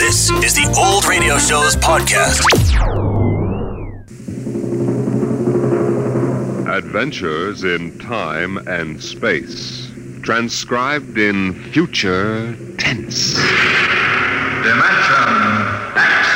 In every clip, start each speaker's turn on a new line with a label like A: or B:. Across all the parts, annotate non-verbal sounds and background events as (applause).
A: This is the Old Radio Show's podcast.
B: Adventures in Time and Space. Transcribed in future tense.
C: Dimension X.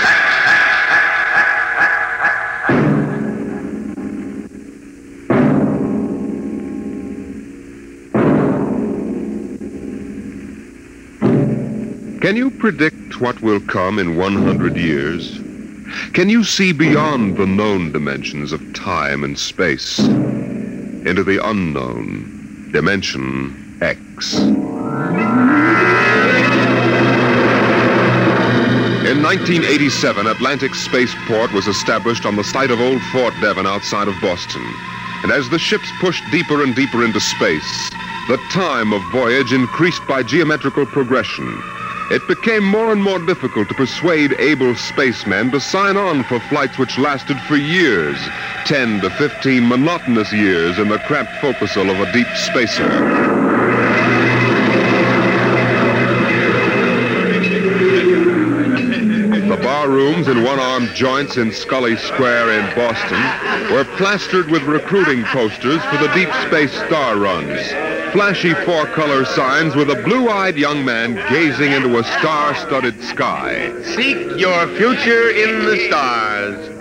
B: Can you predict what will come in 100 years? Can you see beyond the known dimensions of time and space into the unknown dimension X? In 1987, Atlantic Spaceport was established on the site of Old Fort Devon outside of Boston. And as the ships pushed deeper and deeper into space, the time of voyage increased by geometrical progression. It became more and more difficult to persuade able spacemen to sign on for flights which lasted for years 10 to 15 monotonous years in the cramped focusle of a deep spacer. The bar rooms and one-armed joints in Scully Square in Boston were plastered with recruiting posters for the deep space star runs. Flashy four-color signs with a blue-eyed young man gazing into a star-studded sky.
D: Seek your future in the stars.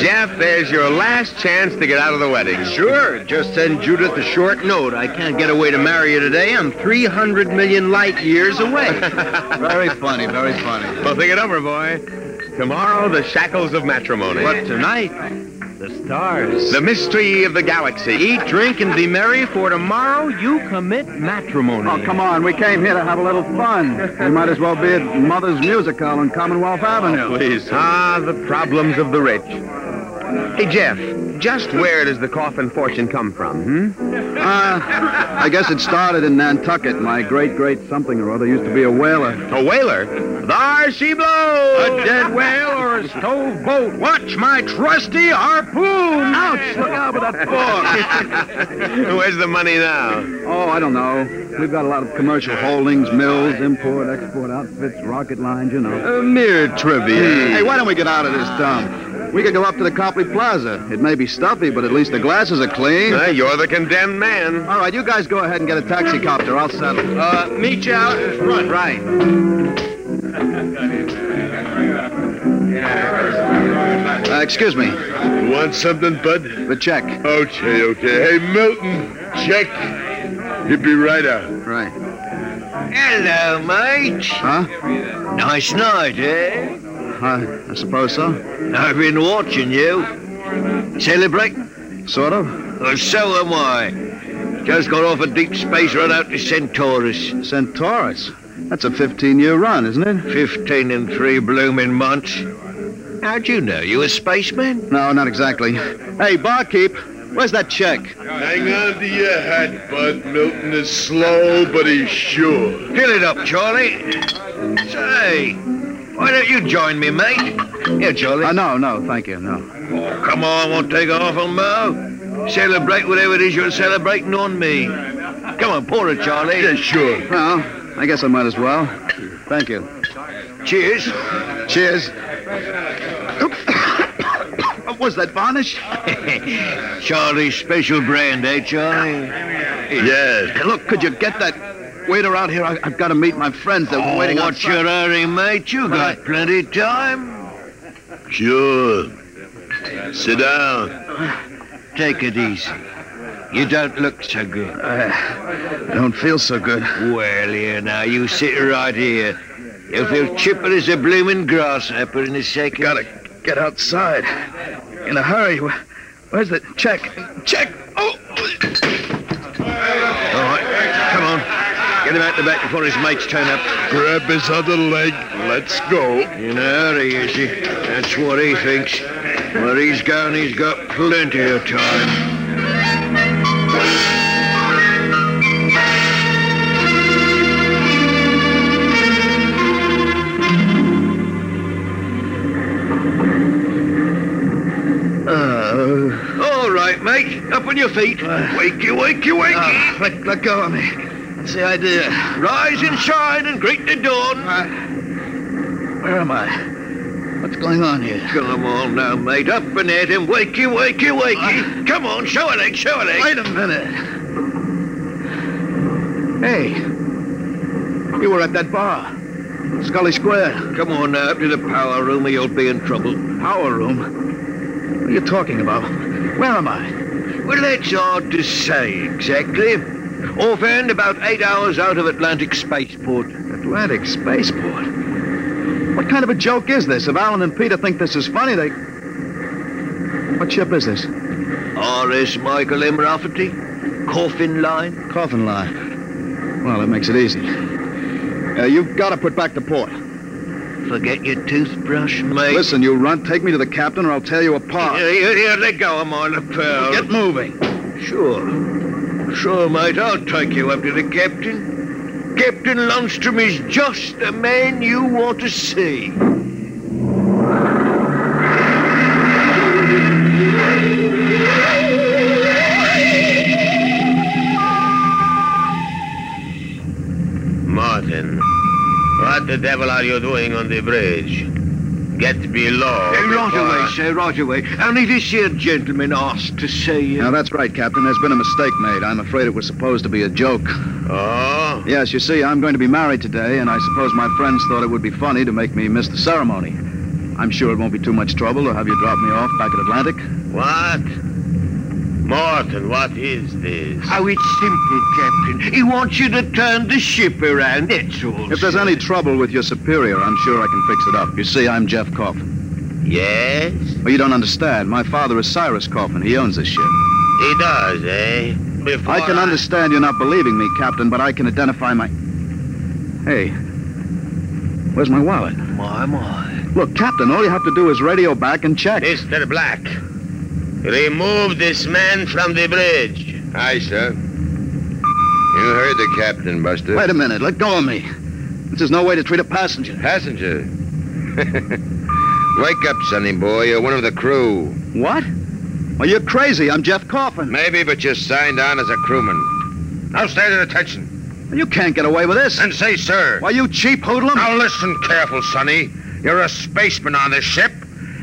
D: Jeff, there's your last chance to get out of the wedding.
E: Sure, just send Judith a short note. I can't get away to marry you today. I'm 300 million light
D: (laughs)
E: years away. very funny, very funny.
D: Well, think it over, boy. Tomorrow, the shackles of matrimony.
E: But tonight, the stars.
D: The mystery of the galaxy.
E: Eat, drink, and be merry, for tomorrow you commit matrimony.
F: Oh, come on. We came here to have a little fun. We might as well be at Mother's Music Hall on Commonwealth Avenue.
D: Please. Ah, the problems of the rich. Hey, Jeff, just where does the coffin fortune come from, hmm?
F: Uh, I guess it started in Nantucket. My great great something or other used to be a whaler.
D: A whaler? Thar Hmm? she blows!
E: A dead whale or a stove boat. Watch my trusty harpoon.
F: Oh, Ouch! Look out with that fork.
D: Where's the money now?
F: Oh, I don't know. We've got a lot of commercial holdings, mills, import, export outfits, rocket lines, you know.
D: A mere
B: Hmm.
D: trivia.
F: Hey, why don't we get out of this dump? We could go up to the Copley Plaza. It may be stuffy, but at least the glasses are clean.
D: Uh, you're the condemned man.
F: All right, you guys go ahead and get a taxicopter. I'll settle.
E: Uh, meet you out in front.
F: Right. Uh, excuse me.
B: Want something, bud?
F: The check.
B: Okay, okay. Hey, Milton, check. He'll be right out.
F: Right.
E: Hello, mate.
F: Huh?
E: Nice night, eh?
F: I, I suppose so.
E: I've been watching you. Celebrating?
F: Sort of.
E: Well, so am I. Just got off a deep space run out to Centaurus.
F: Centaurus. That's a 15 year run, isn't it?
E: Fifteen and three blooming months. How'd you know? You a spaceman?
F: No, not exactly. Hey, barkeep, where's that check?
B: Hang on to your hat, bud. Milton is slow, but he's sure.
E: Fill it up, Charlie. Say, why don't you join me, mate? Here, Charlie. Oh,
F: Uh, no, no, thank you, no.
E: Come on, won't take off on Mo. Celebrate whatever it is you're celebrating on me. Come on, pour it, Charlie.
B: sure.
F: Well, I guess I might as well. Thank you.
E: Cheers.
F: Cheers. (coughs) what was that varnish?
E: (laughs) Charlie's special brand, eh, Charlie?
B: Yes.
F: Look, could you get that waiter out here? I, I've got to meet my friends. They're
E: Oh,
F: waiting
E: what's
F: outside.
E: your hurry, mate? You got plenty of time.
B: Sure. Sit down.
E: Take it easy. You don't look so good.
F: Don't feel so good.
E: Well, here now, you sit right here. You'll feel chipper as a blooming grasshopper in a second.
F: Gotta get outside. In a hurry. Wh- Where's the check? Check! Oh!
E: All right, come on. Get him out the back before his mates turn up.
B: Grab his other leg. Let's go.
E: In a hurry, is he? That's what he thinks. Where he's going, he's got plenty of time.
B: Uh,
E: All right, mate. Up on your feet. Wakey, wakey, wakey.
F: Ah, let, let go of me. That's the idea.
E: Rise and shine and greet the dawn.
F: Uh,
G: Where am I? What's going on here?
E: Kill 'em all now, mate. Up and at him. Wakey, wakey, wakey. Come on, show a leg, show a leg.
G: Wait a minute. Hey, you were at that bar, Scully Square,
E: Come on now, up to the power room or you'll be in trouble.
G: power room. What are you talking about? Where am I?
E: Well, that's hard to say exactly. Offhand, about eight hours out of Atlantic Spaceport.
G: Atlantic Spaceport. What kind of a joke is this? If Alan and Peter think this is funny, they. What ship is this?
E: R.S. Michael M. Rafferty, coffin line.
G: Coffin line. Well, that makes it easy. Uh, you've got to put back the port.
E: Forget your toothbrush, mate.
G: Listen, you runt, take me to the captain or I'll tear you apart.
E: Here, here, here, let go of my lapel.
G: Get moving.
E: Sure. Sure, mate, I'll take you up to the captain. Captain Lundstrom is just the man you want to see.
B: Martin, what the devil are you doing on the bridge? Get below.
E: Hey, right
B: before-
E: away, sir, right away. Only this here gentleman asked to see
G: uh,
E: you.
F: Now, that's right, Captain. There's been a mistake made. I'm afraid it was supposed to be a joke.
B: Oh,
F: Yes, you see, I'm going to be married today, and I suppose my friends thought it would be funny to make me miss the ceremony. I'm sure it won't be too much trouble to have you drop me off back at Atlantic.
B: what? Martin, what is this?
E: Oh, it's simple, Captain. He wants you to turn the ship around, that's all.
F: If there's
E: sir.
F: any trouble with your superior, I'm sure I can fix it up. You see, I'm Jeff Coffin.
B: Yes?
F: Well, you don't understand. My father is Cyrus Coffin. He owns this ship.
B: He does, eh? Before
F: I can understand you're not believing me, Captain, but I can identify my. Hey, where's my wallet?
E: My, my.
F: Look, Captain, all you have to do is radio back and check.
B: Mr. Black, remove this man from the bridge.
H: Aye, sir. You heard the captain, Buster.
F: Wait a minute. Let go of me. This is no way to treat a passenger.
H: Passenger.
B: (laughs)
H: Wake up, sonny boy. You're one of the crew.
F: What? Well, you're crazy. I'm Jeff Coffin.
H: Maybe, but you signed on as a crewman.
B: Now stand at attention
F: You can't get away with this.
B: say, sir.
F: Why, you cheap hoodlum.
B: Now listen careful, Sonny. You're a spaceman on this ship,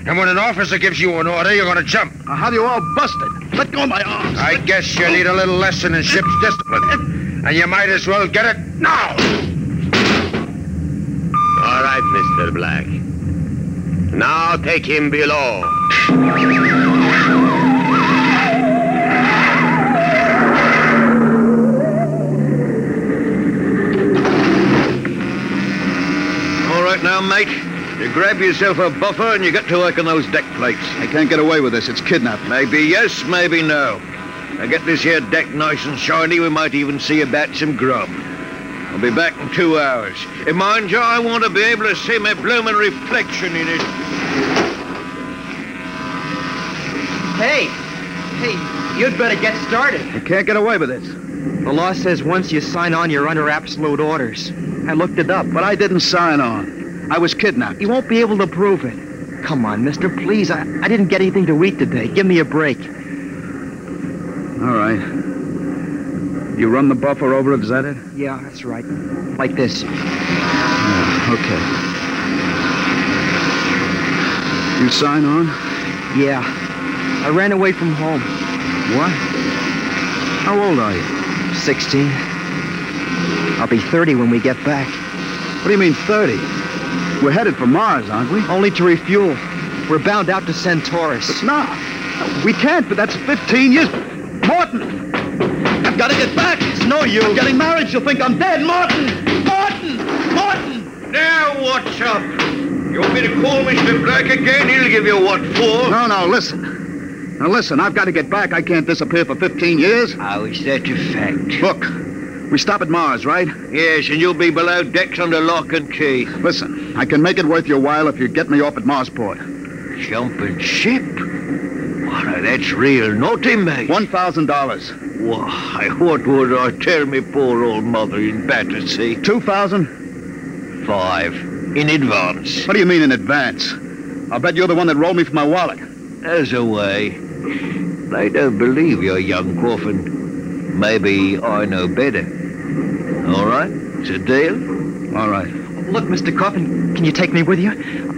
B: and when an officer gives you an order, you're gonna jump.
F: I'll have you all busted. Let go of my arms.
B: I guess you need a little lesson in ship's discipline. And you might as well get it now. All right, Mr. Black. Now take him below.
E: All right now, mate. You grab yourself a buffer and you get to work on those deck plates.
F: I can't get away with this. It's kidnapping.
E: Maybe yes, maybe no. Now get this here deck nice and shiny. We might even see about some grub. I'll be back in two hours. And mind you, I want to be able to see my bloomin' reflection in it.
I: Hey, hey, you'd better get started.
F: I can't get away with this.
I: The law says once you sign on, you're under absolute orders. I looked it up.
F: But I didn't sign on. I was kidnapped.
I: You won't be able to prove it. Come on, mister, please. I, I didn't get anything to eat today. Give me a break.
F: All right. You run the buffer over it, is that it?
I: Yeah, that's right. Like this.
F: Okay. You sign on?
I: Yeah. I ran away from home.
F: What? How old are you?
I: 16. I'll be 30 when we get back.
F: What do you mean, 30? We're headed for Mars, aren't we?
I: Only to refuel. We're bound out to Centaurus.
F: No. We can't, but that's 15 years. Morton! I've got to get back! It's no use. I'm getting married. She'll think I'm dead. Morton! Morton! Morton!
E: Now watch up. You want me to call Mr. Black again? He'll give you what for.
F: No, no, listen. Now, listen, I've got to get back. I can't disappear for 15 years.
E: How is that a fact?
F: Look, we stop at Mars, right?
E: Yes, and you'll be below decks under lock and key.
F: Listen, I can make it worth your while if you get me off at Marsport.
E: Jumping ship? Why, now that's real naughty, mate.
F: $1,000.
E: Why, what would I tell me poor old mother in Battersea?
F: 2000
E: Five. In advance.
F: What do you mean in advance? I'll bet you're the one that rolled me from my wallet.
E: There's a way. They don't believe you're young, Coffin. Maybe I know better. All right? It's a deal?
F: All right.
I: Look, Mr. Coffin, can you take me with you?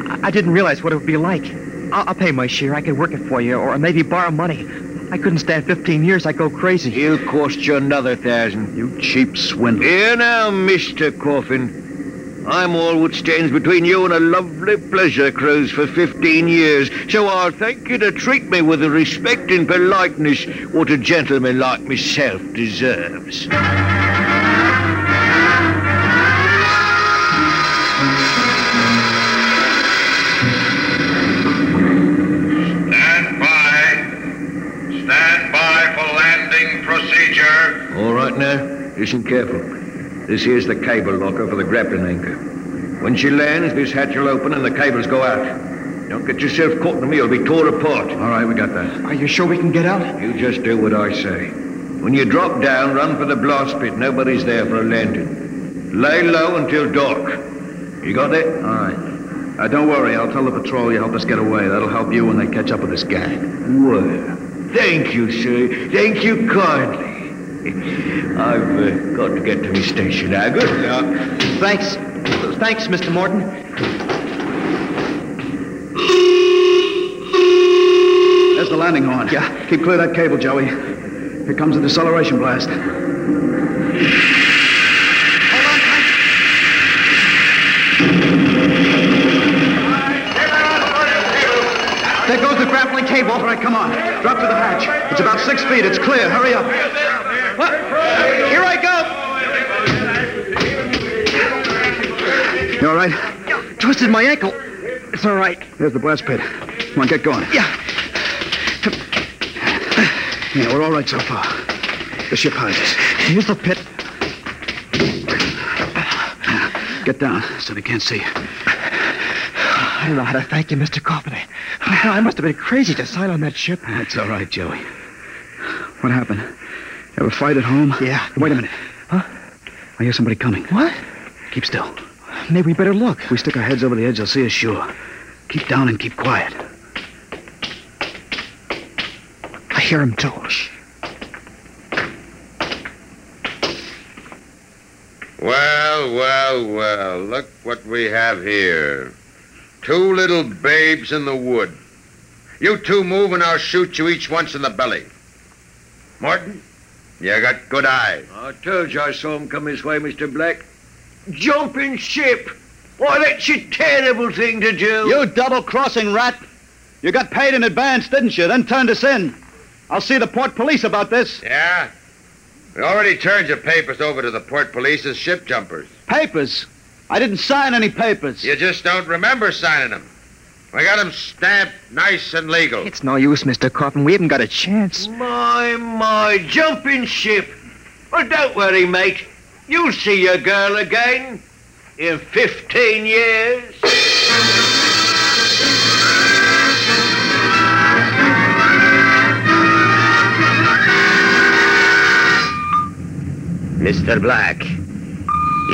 I: I, I didn't realize what it would be like. I'll, I'll pay my share. I could work it for you, or maybe borrow money. I couldn't stand 15 years. I'd go crazy.
J: He'll cost you another thousand.
F: You cheap swindler.
J: Here now, Mr. Coffin. I'm all what stands between you and a lovely pleasure cruise for 15 years, so I'll thank you to treat me with the respect and politeness what a gentleman like myself deserves.
K: Stand by. Stand by for landing procedure.
J: All right now, listen careful. This here's the cable locker for the grappling anchor. When she lands, this hatch will open and the cables go out. Don't get yourself caught in me, you'll be torn apart.
F: All right, we got that.
I: Are you sure we can get out?
J: You just do what I say. When you drop down, run for the blast pit. Nobody's there for a landing. Lay low until dark. You got
F: All
J: it?
F: right. Uh, don't worry. I'll tell the patrol you helped us get away. That'll help you when they catch up with this gang.
J: Well, thank you, sir. Thank you kindly. I've uh, got to get to my station now. Good luck.
I: Thanks. Thanks, Mr. Morton.
F: There's the landing horn. Yeah. Keep clear that cable, Joey. Here comes the deceleration blast.
L: There goes the grappling cable. All right, come on. Drop to the hatch. It's about six feet. It's clear. Hurry up. What? Here I go.
F: You all right?
I: Twisted my ankle. It's all right.
F: There's the blast pit. Come on, get going.
I: Yeah.
F: Yeah, we're all right so far. The ship hides us.
I: Use the pit.
F: Get down so they can't see you.
I: I don't know how to thank you, Mr. Coffin. I, I must have been crazy to sign on that ship.
F: That's all right, Joey. What happened? Have a fight at home?
I: Yeah.
F: Wait a minute.
I: Huh?
F: I hear somebody coming.
I: What?
F: Keep still.
I: Maybe we better look.
F: If we stick our heads over the edge, they'll see us sure. Keep down and keep quiet.
I: I hear him too.
B: Well, well, well. Look what we have here. Two little babes in the wood. You two move and I'll shoot you each once in the belly. Morton, you got good eyes.
J: I told you I saw him come this way, Mr. Black. Jumping ship! Why, that's a terrible thing to do.
L: You double-crossing rat. You got paid in advance, didn't you? Then turned us in. I'll see the port police about this.
B: Yeah? We already turned your papers over to the port police as ship jumpers.
L: Papers. I didn't sign any papers.
B: You just don't remember signing them. We got them stamped nice and legal.
I: It's no use, Mr. Coffin. We haven't got a chance.
J: My, my, jumping ship. Well, don't worry, mate. You'll see your girl again in 15 years.
E: Mr. Black,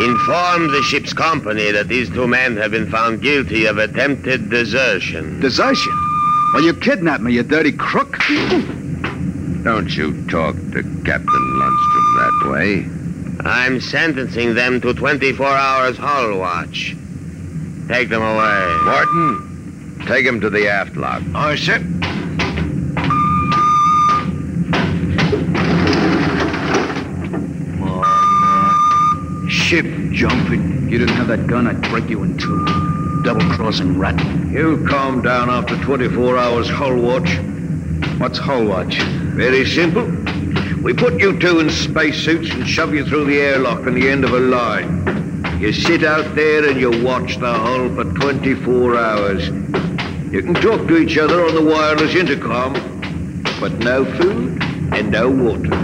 E: inform the ship's company that these two men have been found guilty of attempted desertion.
F: Desertion? Well, you kidnapped me, you dirty crook.
B: Don't you talk to Captain Lundstrom that way.
E: I'm sentencing them to 24 hours hull watch. Take them away.
B: Morton, take him to the aft lock.
J: I sir.
F: Ship jumping. If you didn't have that gun, I'd break you in two. Double crossing rat.
J: You calm down after 24 hours hull watch.
F: What's hull watch?
J: Very simple. We put you two in spacesuits and shove you through the airlock on the end of a line. You sit out there and you watch the hull for 24 hours. You can talk to each other on the wireless intercom, but no food and no water.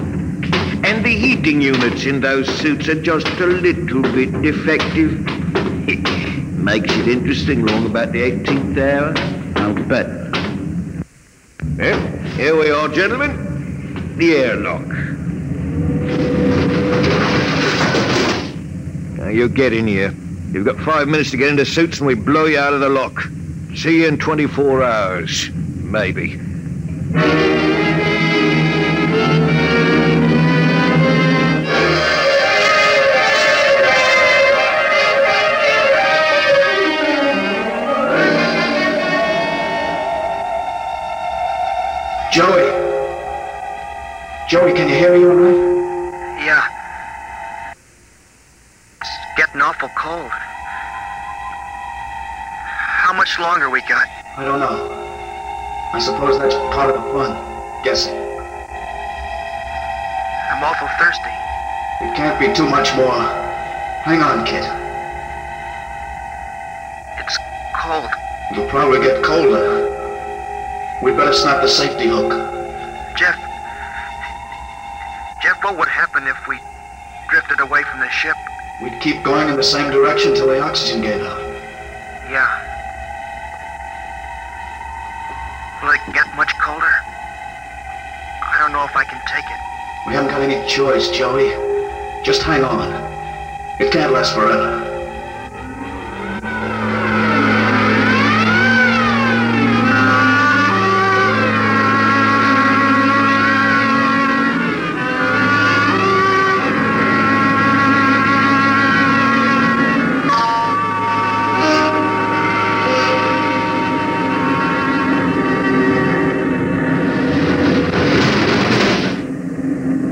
J: And the heating units in those suits are just a little bit defective. (laughs) Makes it interesting long about the 18th hour, I'll bet. Well, here we are, gentlemen. The airlock. Now, you get in here. You've got five minutes to get into suits, and we blow you out of the lock. See you in 24 hours, maybe.
F: Joey, can you hear me all right?
M: Yeah. It's getting awful cold. How much longer we got?
F: I don't know. I suppose that's part of the fun. Guessing.
M: I'm awful thirsty.
F: It can't be too much more. Hang on, kid.
M: It's cold.
F: You'll probably get colder. We'd better snap the safety hook.
M: Jeff. Jeff, what would happen if we drifted away from the ship?
F: We'd keep going in the same direction till the oxygen gave out.
M: Yeah. Will it get much colder? I don't know if I can take it.
F: We haven't got any choice, Joey. Just hang on. It can't last forever.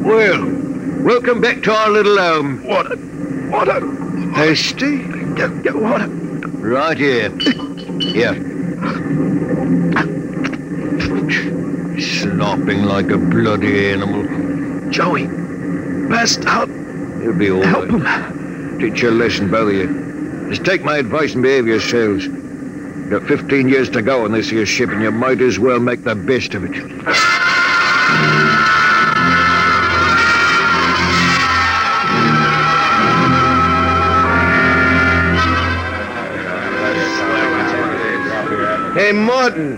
J: Well, welcome back to our little um, home.
N: What a. What a.
J: Hasty?
N: What a.
J: Right here. Here. Slopping like a bloody animal.
N: Joey. Best help.
J: He'll be all
N: Help
J: right.
N: him.
J: Teach your lesson, both of you. Just take my advice and behave yourselves. You've got 15 years to go on this here ship, and you might as well make the best of it.
O: Hey, Martin,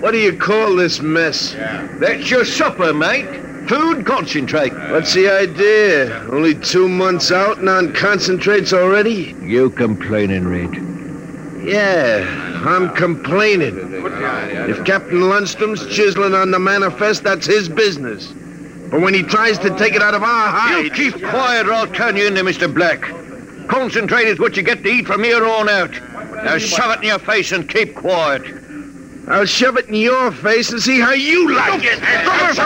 O: what do you call this mess? That's your supper, mate. Food concentrate. What's the idea? Only two months out and on concentrates already?
J: You complaining, Reed.
O: Yeah, I'm complaining. If Captain Lundstrom's chiseling on the manifest, that's his business. But when he tries to take it out of our
J: You
O: hides...
J: keep quiet or I'll turn you into Mr. Black. Concentrate is what you get to eat from here on out. Now shove it in your face and keep quiet.
O: I'll shove it in your face and see how you like it.
B: Look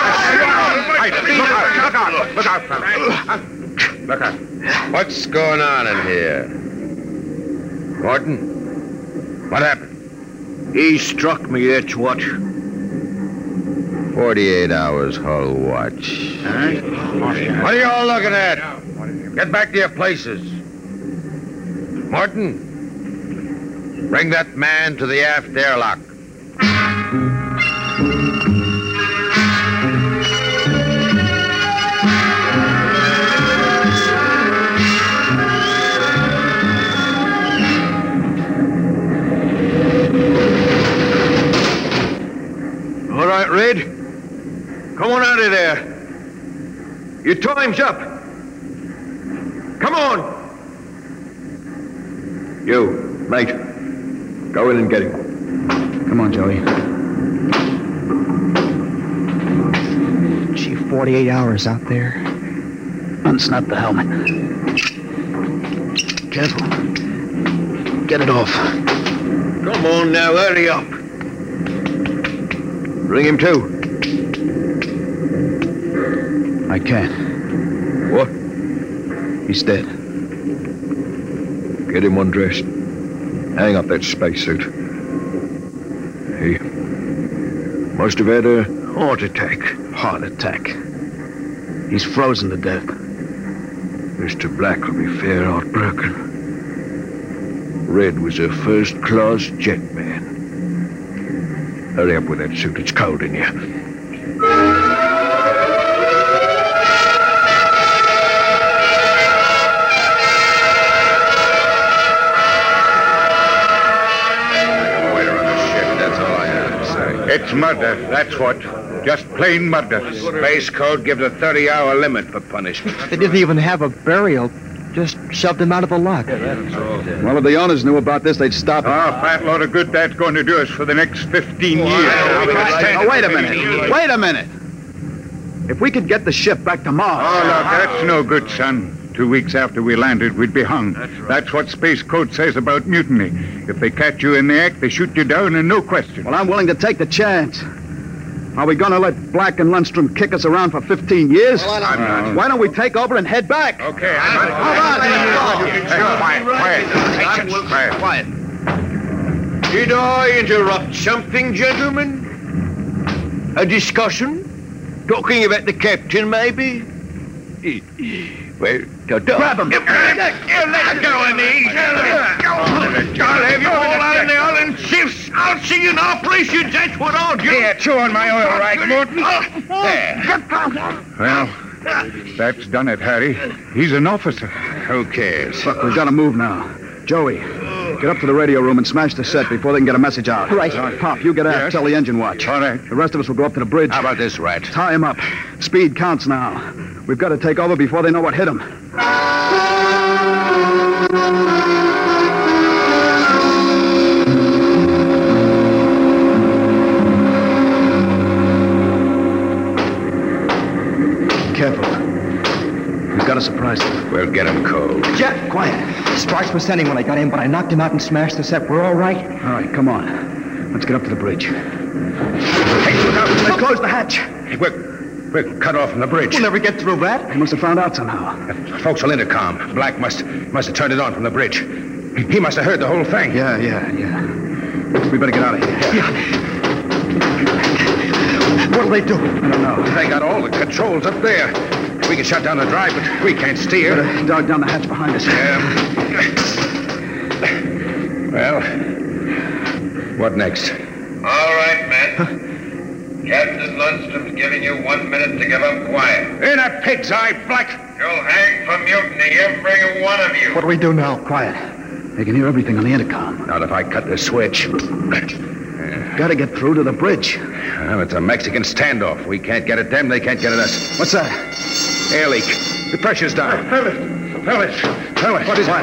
B: out, Look out. What's going on in here? Morton? What happened?
J: He struck me, that's what.
B: 48 hours, hull watch. What are you all looking at? Get back to your places. Morton, bring that man to the aft airlock.
J: All right, Red. Come on out of there. Your time's up. Come on. You, mate. Go in and get him.
I: Come on, Joey. Gee, 48 hours out there. Unsnap the helmet. Careful. Get it off.
J: Come on now, hurry up. Bring him to.
O: I can't.
J: What?
O: He's dead.
J: Get him undressed. Hang up that spacesuit. He must have had a heart attack.
O: Heart attack. He's frozen to death.
J: Mr. Black will be fair heartbroken. Red was a first-class jetman. Hurry up with that suit. It's cold in here.
B: Waiter on the ship, that's all I have to say.
P: It's murder, that's what. Just plain murder. Space Code gives a 30 hour limit for punishment.
I: They didn't even have a burial. Just shoved him out of the lock.
P: Well, if the owners knew about this, they'd stop it. Oh, fat load of good that's going to do us for the next 15 years.
J: Oh,
O: Now, wait a minute. Wait a minute. If we could get the ship back to Mars.
P: Oh, look, that's no good, son. Two weeks after we landed, we'd be hung. That's, what Space Code says about mutiny. If they catch you in the act, they shoot you down and no question.
O: Well, I'm willing to take the chance.
F: Are we going to let Black and Lundstrom kick us around for 15 years?
B: Well, I don't- I'm not.
F: Why don't we take over and head back?
B: Okay, I'm
F: Hold on.
B: Quiet, quiet.
J: Quiet. Quiet. Did I interrupt something, gentlemen? A discussion? Talking about the captain, maybe? Well, ta-ta.
E: Grab him. Let go of me. Let go of me. I'll have you all out in the island shifts. I'll see you in operations. That's what I'll do. Yeah, chew on my oil, right, Morton?
Q: Well, that's done it, Harry. He's an officer. Who cares?
F: Look, we've got to move now. Joey, get up to the radio room and smash the set before they can get a message out.
I: Right.
F: Pop, you get out.
I: Yes.
F: Tell the engine watch. All right. The rest of us will go up to the bridge. How
B: about this rat?
F: Tie him up. Speed counts now. We've got to take over before they know what hit him. Careful. We've got to surprise them.
B: We'll get him cold.
I: Jack, quiet. Sparks was sending when I got in, but I knocked him out and smashed the set. We're all right.
F: All right, come on. Let's get up to the bridge.
I: They closed the hatch.
B: We're, we're cut off from the bridge.
I: We'll never get through, Rat.
F: They must have found out somehow.
B: Forecastle intercom. Black must must have turned it on from the bridge. He must have heard the whole thing.
F: Yeah, yeah, yeah. We better get out of here.
I: What'll they do? I
F: don't know.
B: They got all the controls up there. We can shut down the drive, but we can't steer.
J: uh,
B: Um,
F: Better dog down the hatch behind us.
B: Well, what next?
E: All right, men. Captain Lundstrom's giving you one minute to give up quiet.
B: In a pig's eye, Black.
E: You'll hang for mutiny, every one of you.
F: What do we do now? Quiet. They can hear everything on the intercom.
B: Not if I cut the switch.
F: Gotta get through to the bridge.
B: Well, it's a Mexican standoff. We can't get at them, they can't get at us.
F: What's that?
B: Air leak. The pressure's down. Fellas, fellas, fellas. What is it?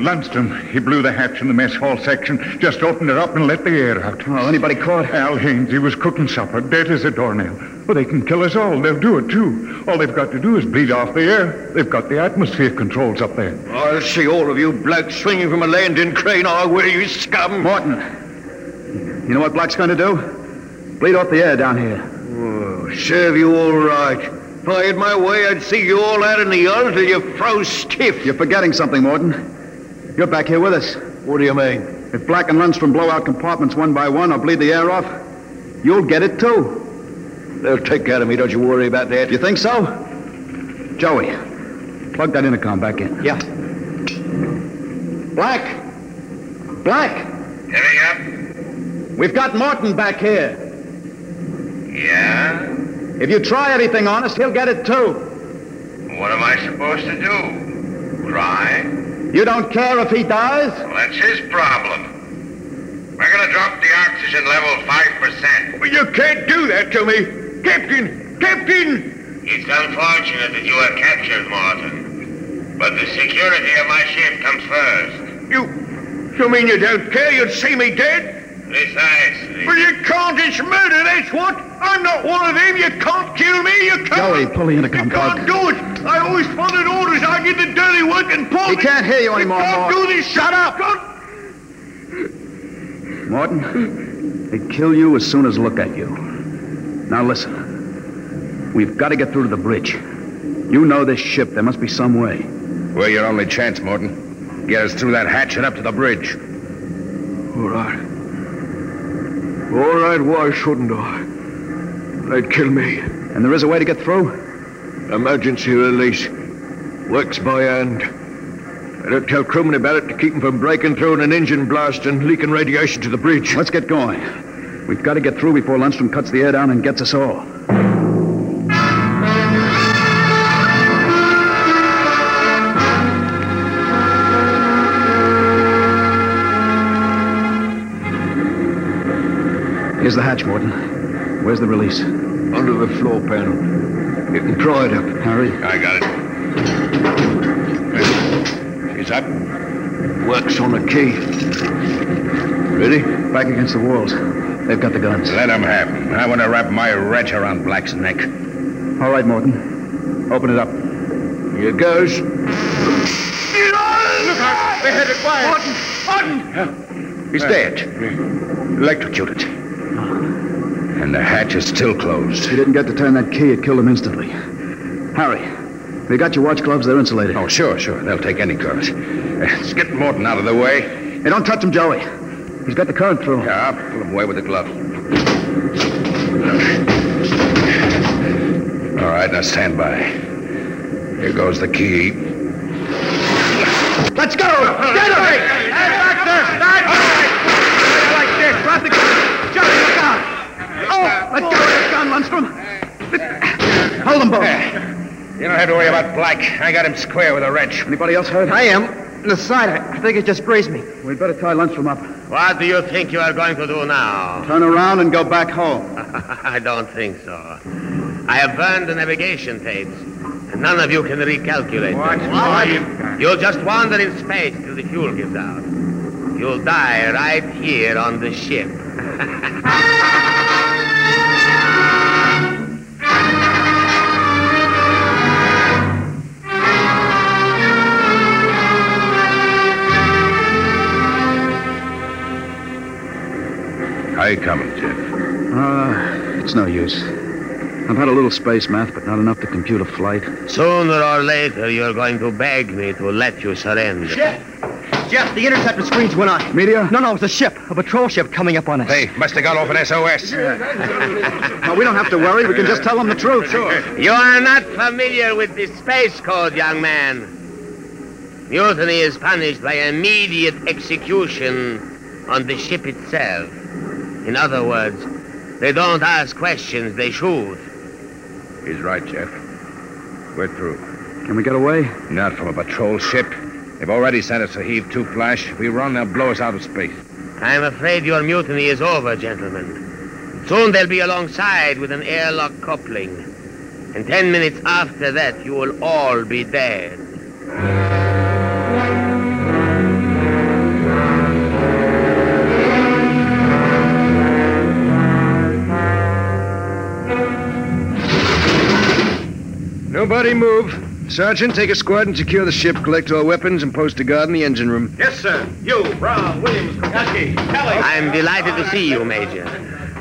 Q: Lundstrom, he blew the hatch in the mess hall section, just opened it up and let the air out.
F: Oh, anybody caught?
Q: Al Haines, he was cooking supper, dead as a doornail. Well, they can kill us all. They'll do it, too. All they've got to do is bleed off the air. They've got the atmosphere controls up there.
J: I'll see all of you blokes swinging from a landing crane. I will, you scum.
F: Morton. You know what Black's gonna do? Bleed off the air down here.
J: Oh, serve you all right. If I had my way, I'd see you all out in the yard till you froze stiff.
F: You're forgetting something, Morton. You're back here with us.
J: What do you mean?
F: If Black and Lundstrom blow out compartments one by one or bleed the air off, you'll get it too.
J: They'll take care of me. Don't you worry about that.
F: You think so? Joey, plug that intercom back in.
I: Yeah.
F: Black! Black!
E: Heading up?
F: We've got Morton back here.
E: Yeah?
F: If you try anything on us, he'll get it too.
E: What am I supposed to do? Cry?
F: You don't care if he dies?
E: Well, that's his problem. We're gonna drop the oxygen level 5%.
J: You can't do that to me. Captain! Captain!
E: It's unfortunate that you were captured, Martin. But the security of my ship comes first.
J: You mean you don't care you'd see me dead?
E: Precisely.
J: Well, you can't. It's murder, that's what. I'm not one of them. You can't kill me. You can't.
F: Joey, pull the intercom plug.
J: do it. I always followed orders. I did the dirty work and Paul.
F: He can't hear you anymore, Morton.
J: this. Shut up.
F: Morton, they'd kill you as soon as look at you. Now listen. We've got to get through to the bridge. You know this ship. There must be some way.
B: We're your only chance, Morton. Get us through that hatch and up to the bridge.
J: All right. All right, why shouldn't I? They'd kill me.
F: And there is a way to get through?
J: Emergency release. Works by hand. I don't tell crewmen about it to keep them from breaking through in an engine blast and leaking radiation to the bridge.
F: Let's get going. We've got to get through before Lundstrom cuts the air down and gets us all. Here's the hatch, Morton. Where's the release?
J: Under the floor panel. You can try it up.
F: Harry?
E: I got it.
B: She's up.
J: Works on a key. Ready?
F: Back against the walls. They've got the guns.
B: Let him have him. I want to wrap my wrench around Black's neck.
F: All right, Morton. Open it up.
J: Here goes.
B: They had it fire. Morton! Morton! He's dead. Electrocuted.
R: And the hatch is still closed.
F: If you didn't get to turn that key, it killed him instantly. Harry, they got your watch gloves. They're insulated.
R: Oh, sure, sure. They'll take any current. Uh, Let's get Morton out of the way.
F: Hey, don't touch him, Joey. He's got the current through.
R: Yeah, I'll pull him away with the gloves. All right, now stand by. Here goes the key.
S: Let's go! Get away! Hey, back there! Back Like this! Drop the gun! Johnny, look out! Oh, let go of the gun, Lundstrom!
F: Hold them both.
T: You don't have to worry about Black. I got him square with a wrench.
F: Anybody else hurt?
I: I am. The side, I I think it just grazed me.
F: We'd better tie Lundstrom up.
E: What do you think you are going to do now?
F: Turn around and go back home.
E: (laughs) I don't think so. I have burned the navigation tapes. and None of you can recalculate. What? what? You'll just wander in space till the fuel gives out. You'll die right here on the ship.
R: I come, Jeff.
F: Uh, it's no use. I've had a little space math, but not enough to compute a flight.
E: Sooner or later, you're going to beg me to let you surrender.
I: Jeff, the interceptor screens went on.
F: Meteor?
I: No, no, it's a ship, a patrol ship coming up on us.
U: They must have gone off an SOS.
F: Now, we don't have to worry. We can just tell them the truth.
E: You are not familiar with the space code, young man. Mutiny is punished by immediate execution on the ship itself. In other words, they don't ask questions, they shoot.
R: He's right, Jeff. We're through.
F: Can we get away?
R: Not from a patrol ship. They've already sent us a heave two flash. If we run, they'll blow us out of space.
E: I'm afraid your mutiny is over, gentlemen. Soon they'll be alongside with an airlock coupling. And ten minutes after that, you will all be dead.
V: Nobody move. Sergeant, take a squad and secure the ship. Collect all weapons and post a guard in the engine room.
E: Yes, sir. You, Brown, Williams, Kentucky, Kelly. I'm delighted to see you, Major.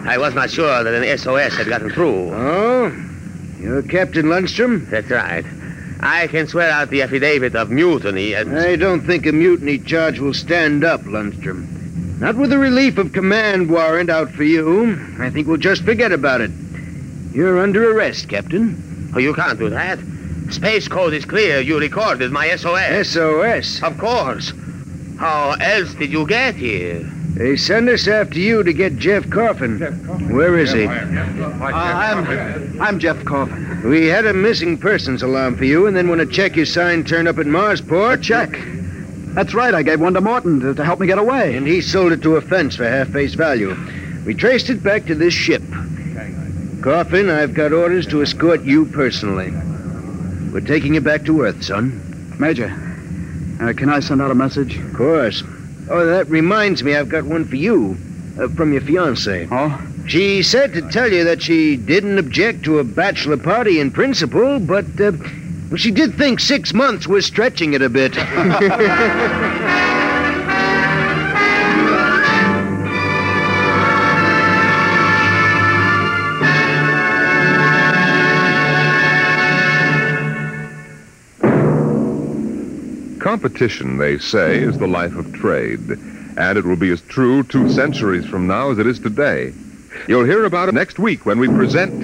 E: I was not sure that an SOS had gotten through.
V: Oh? You're Captain Lundstrom?
E: That's right. I can swear out the affidavit of mutiny and.
J: I don't think a mutiny charge will stand up, Lundstrom. Not with the relief of command warrant out for you. I think we'll just forget about it. You're under arrest, Captain.
E: Oh, you can't do that. Space code is clear. You recorded my SOS.
J: SOS?
E: Of course. How else did you get here?
J: They send us after you to get Jeff Coffin. Where is he?
F: Uh, I'm, I'm Jeff Coffin.
J: We had a missing persons alarm for you, and then when a check is signed turned up at Marsport. A
F: check? That's right. I gave one to Morton to, to help me get away.
J: And he sold it to a fence for half face value. We traced it back to this ship. Coffin, I've got orders to escort you personally. We're taking you back to Earth, son.
F: Major, uh, can I send out a message?
J: Of course. Oh, that reminds me, I've got one for you uh, from your fiancée.
F: Oh?
J: She said to tell you that she didn't object to a bachelor party in principle, but uh, well, she did think six months was stretching it a bit.
W: Competition, they say, is the life of trade, and it will be as true two centuries from now as it is today. You'll hear about it next week when we present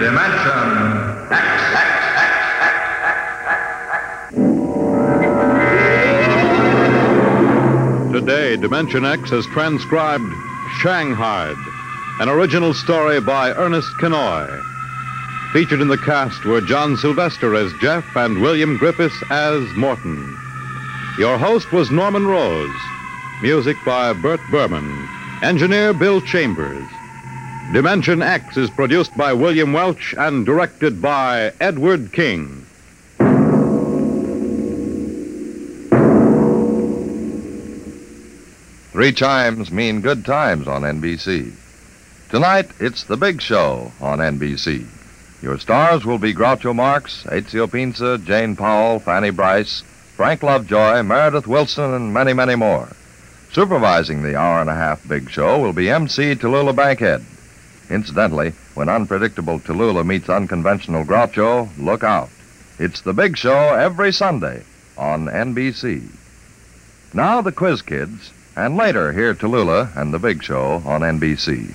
X: Dimension
B: Today, Dimension X has transcribed Shanghaied, an original story by Ernest Kenoy. Featured in the cast were John Sylvester as Jeff and William Griffiths as Morton. Your host was Norman Rose. Music by Bert Berman. Engineer Bill Chambers. Dimension X is produced by William Welch and directed by Edward King.
Y: Three chimes mean good times on NBC. Tonight, it's The Big Show on NBC. Your stars will be Groucho Marx, Ezio Pinza, Jane Powell, Fanny Bryce, Frank Lovejoy, Meredith Wilson, and many, many more.
B: Supervising the hour and a half big show will be MC Tallulah Bankhead. Incidentally, when unpredictable Tallulah meets unconventional Groucho, look out. It's the big show every Sunday on NBC. Now the Quiz Kids, and later hear Tallulah and the big show on NBC.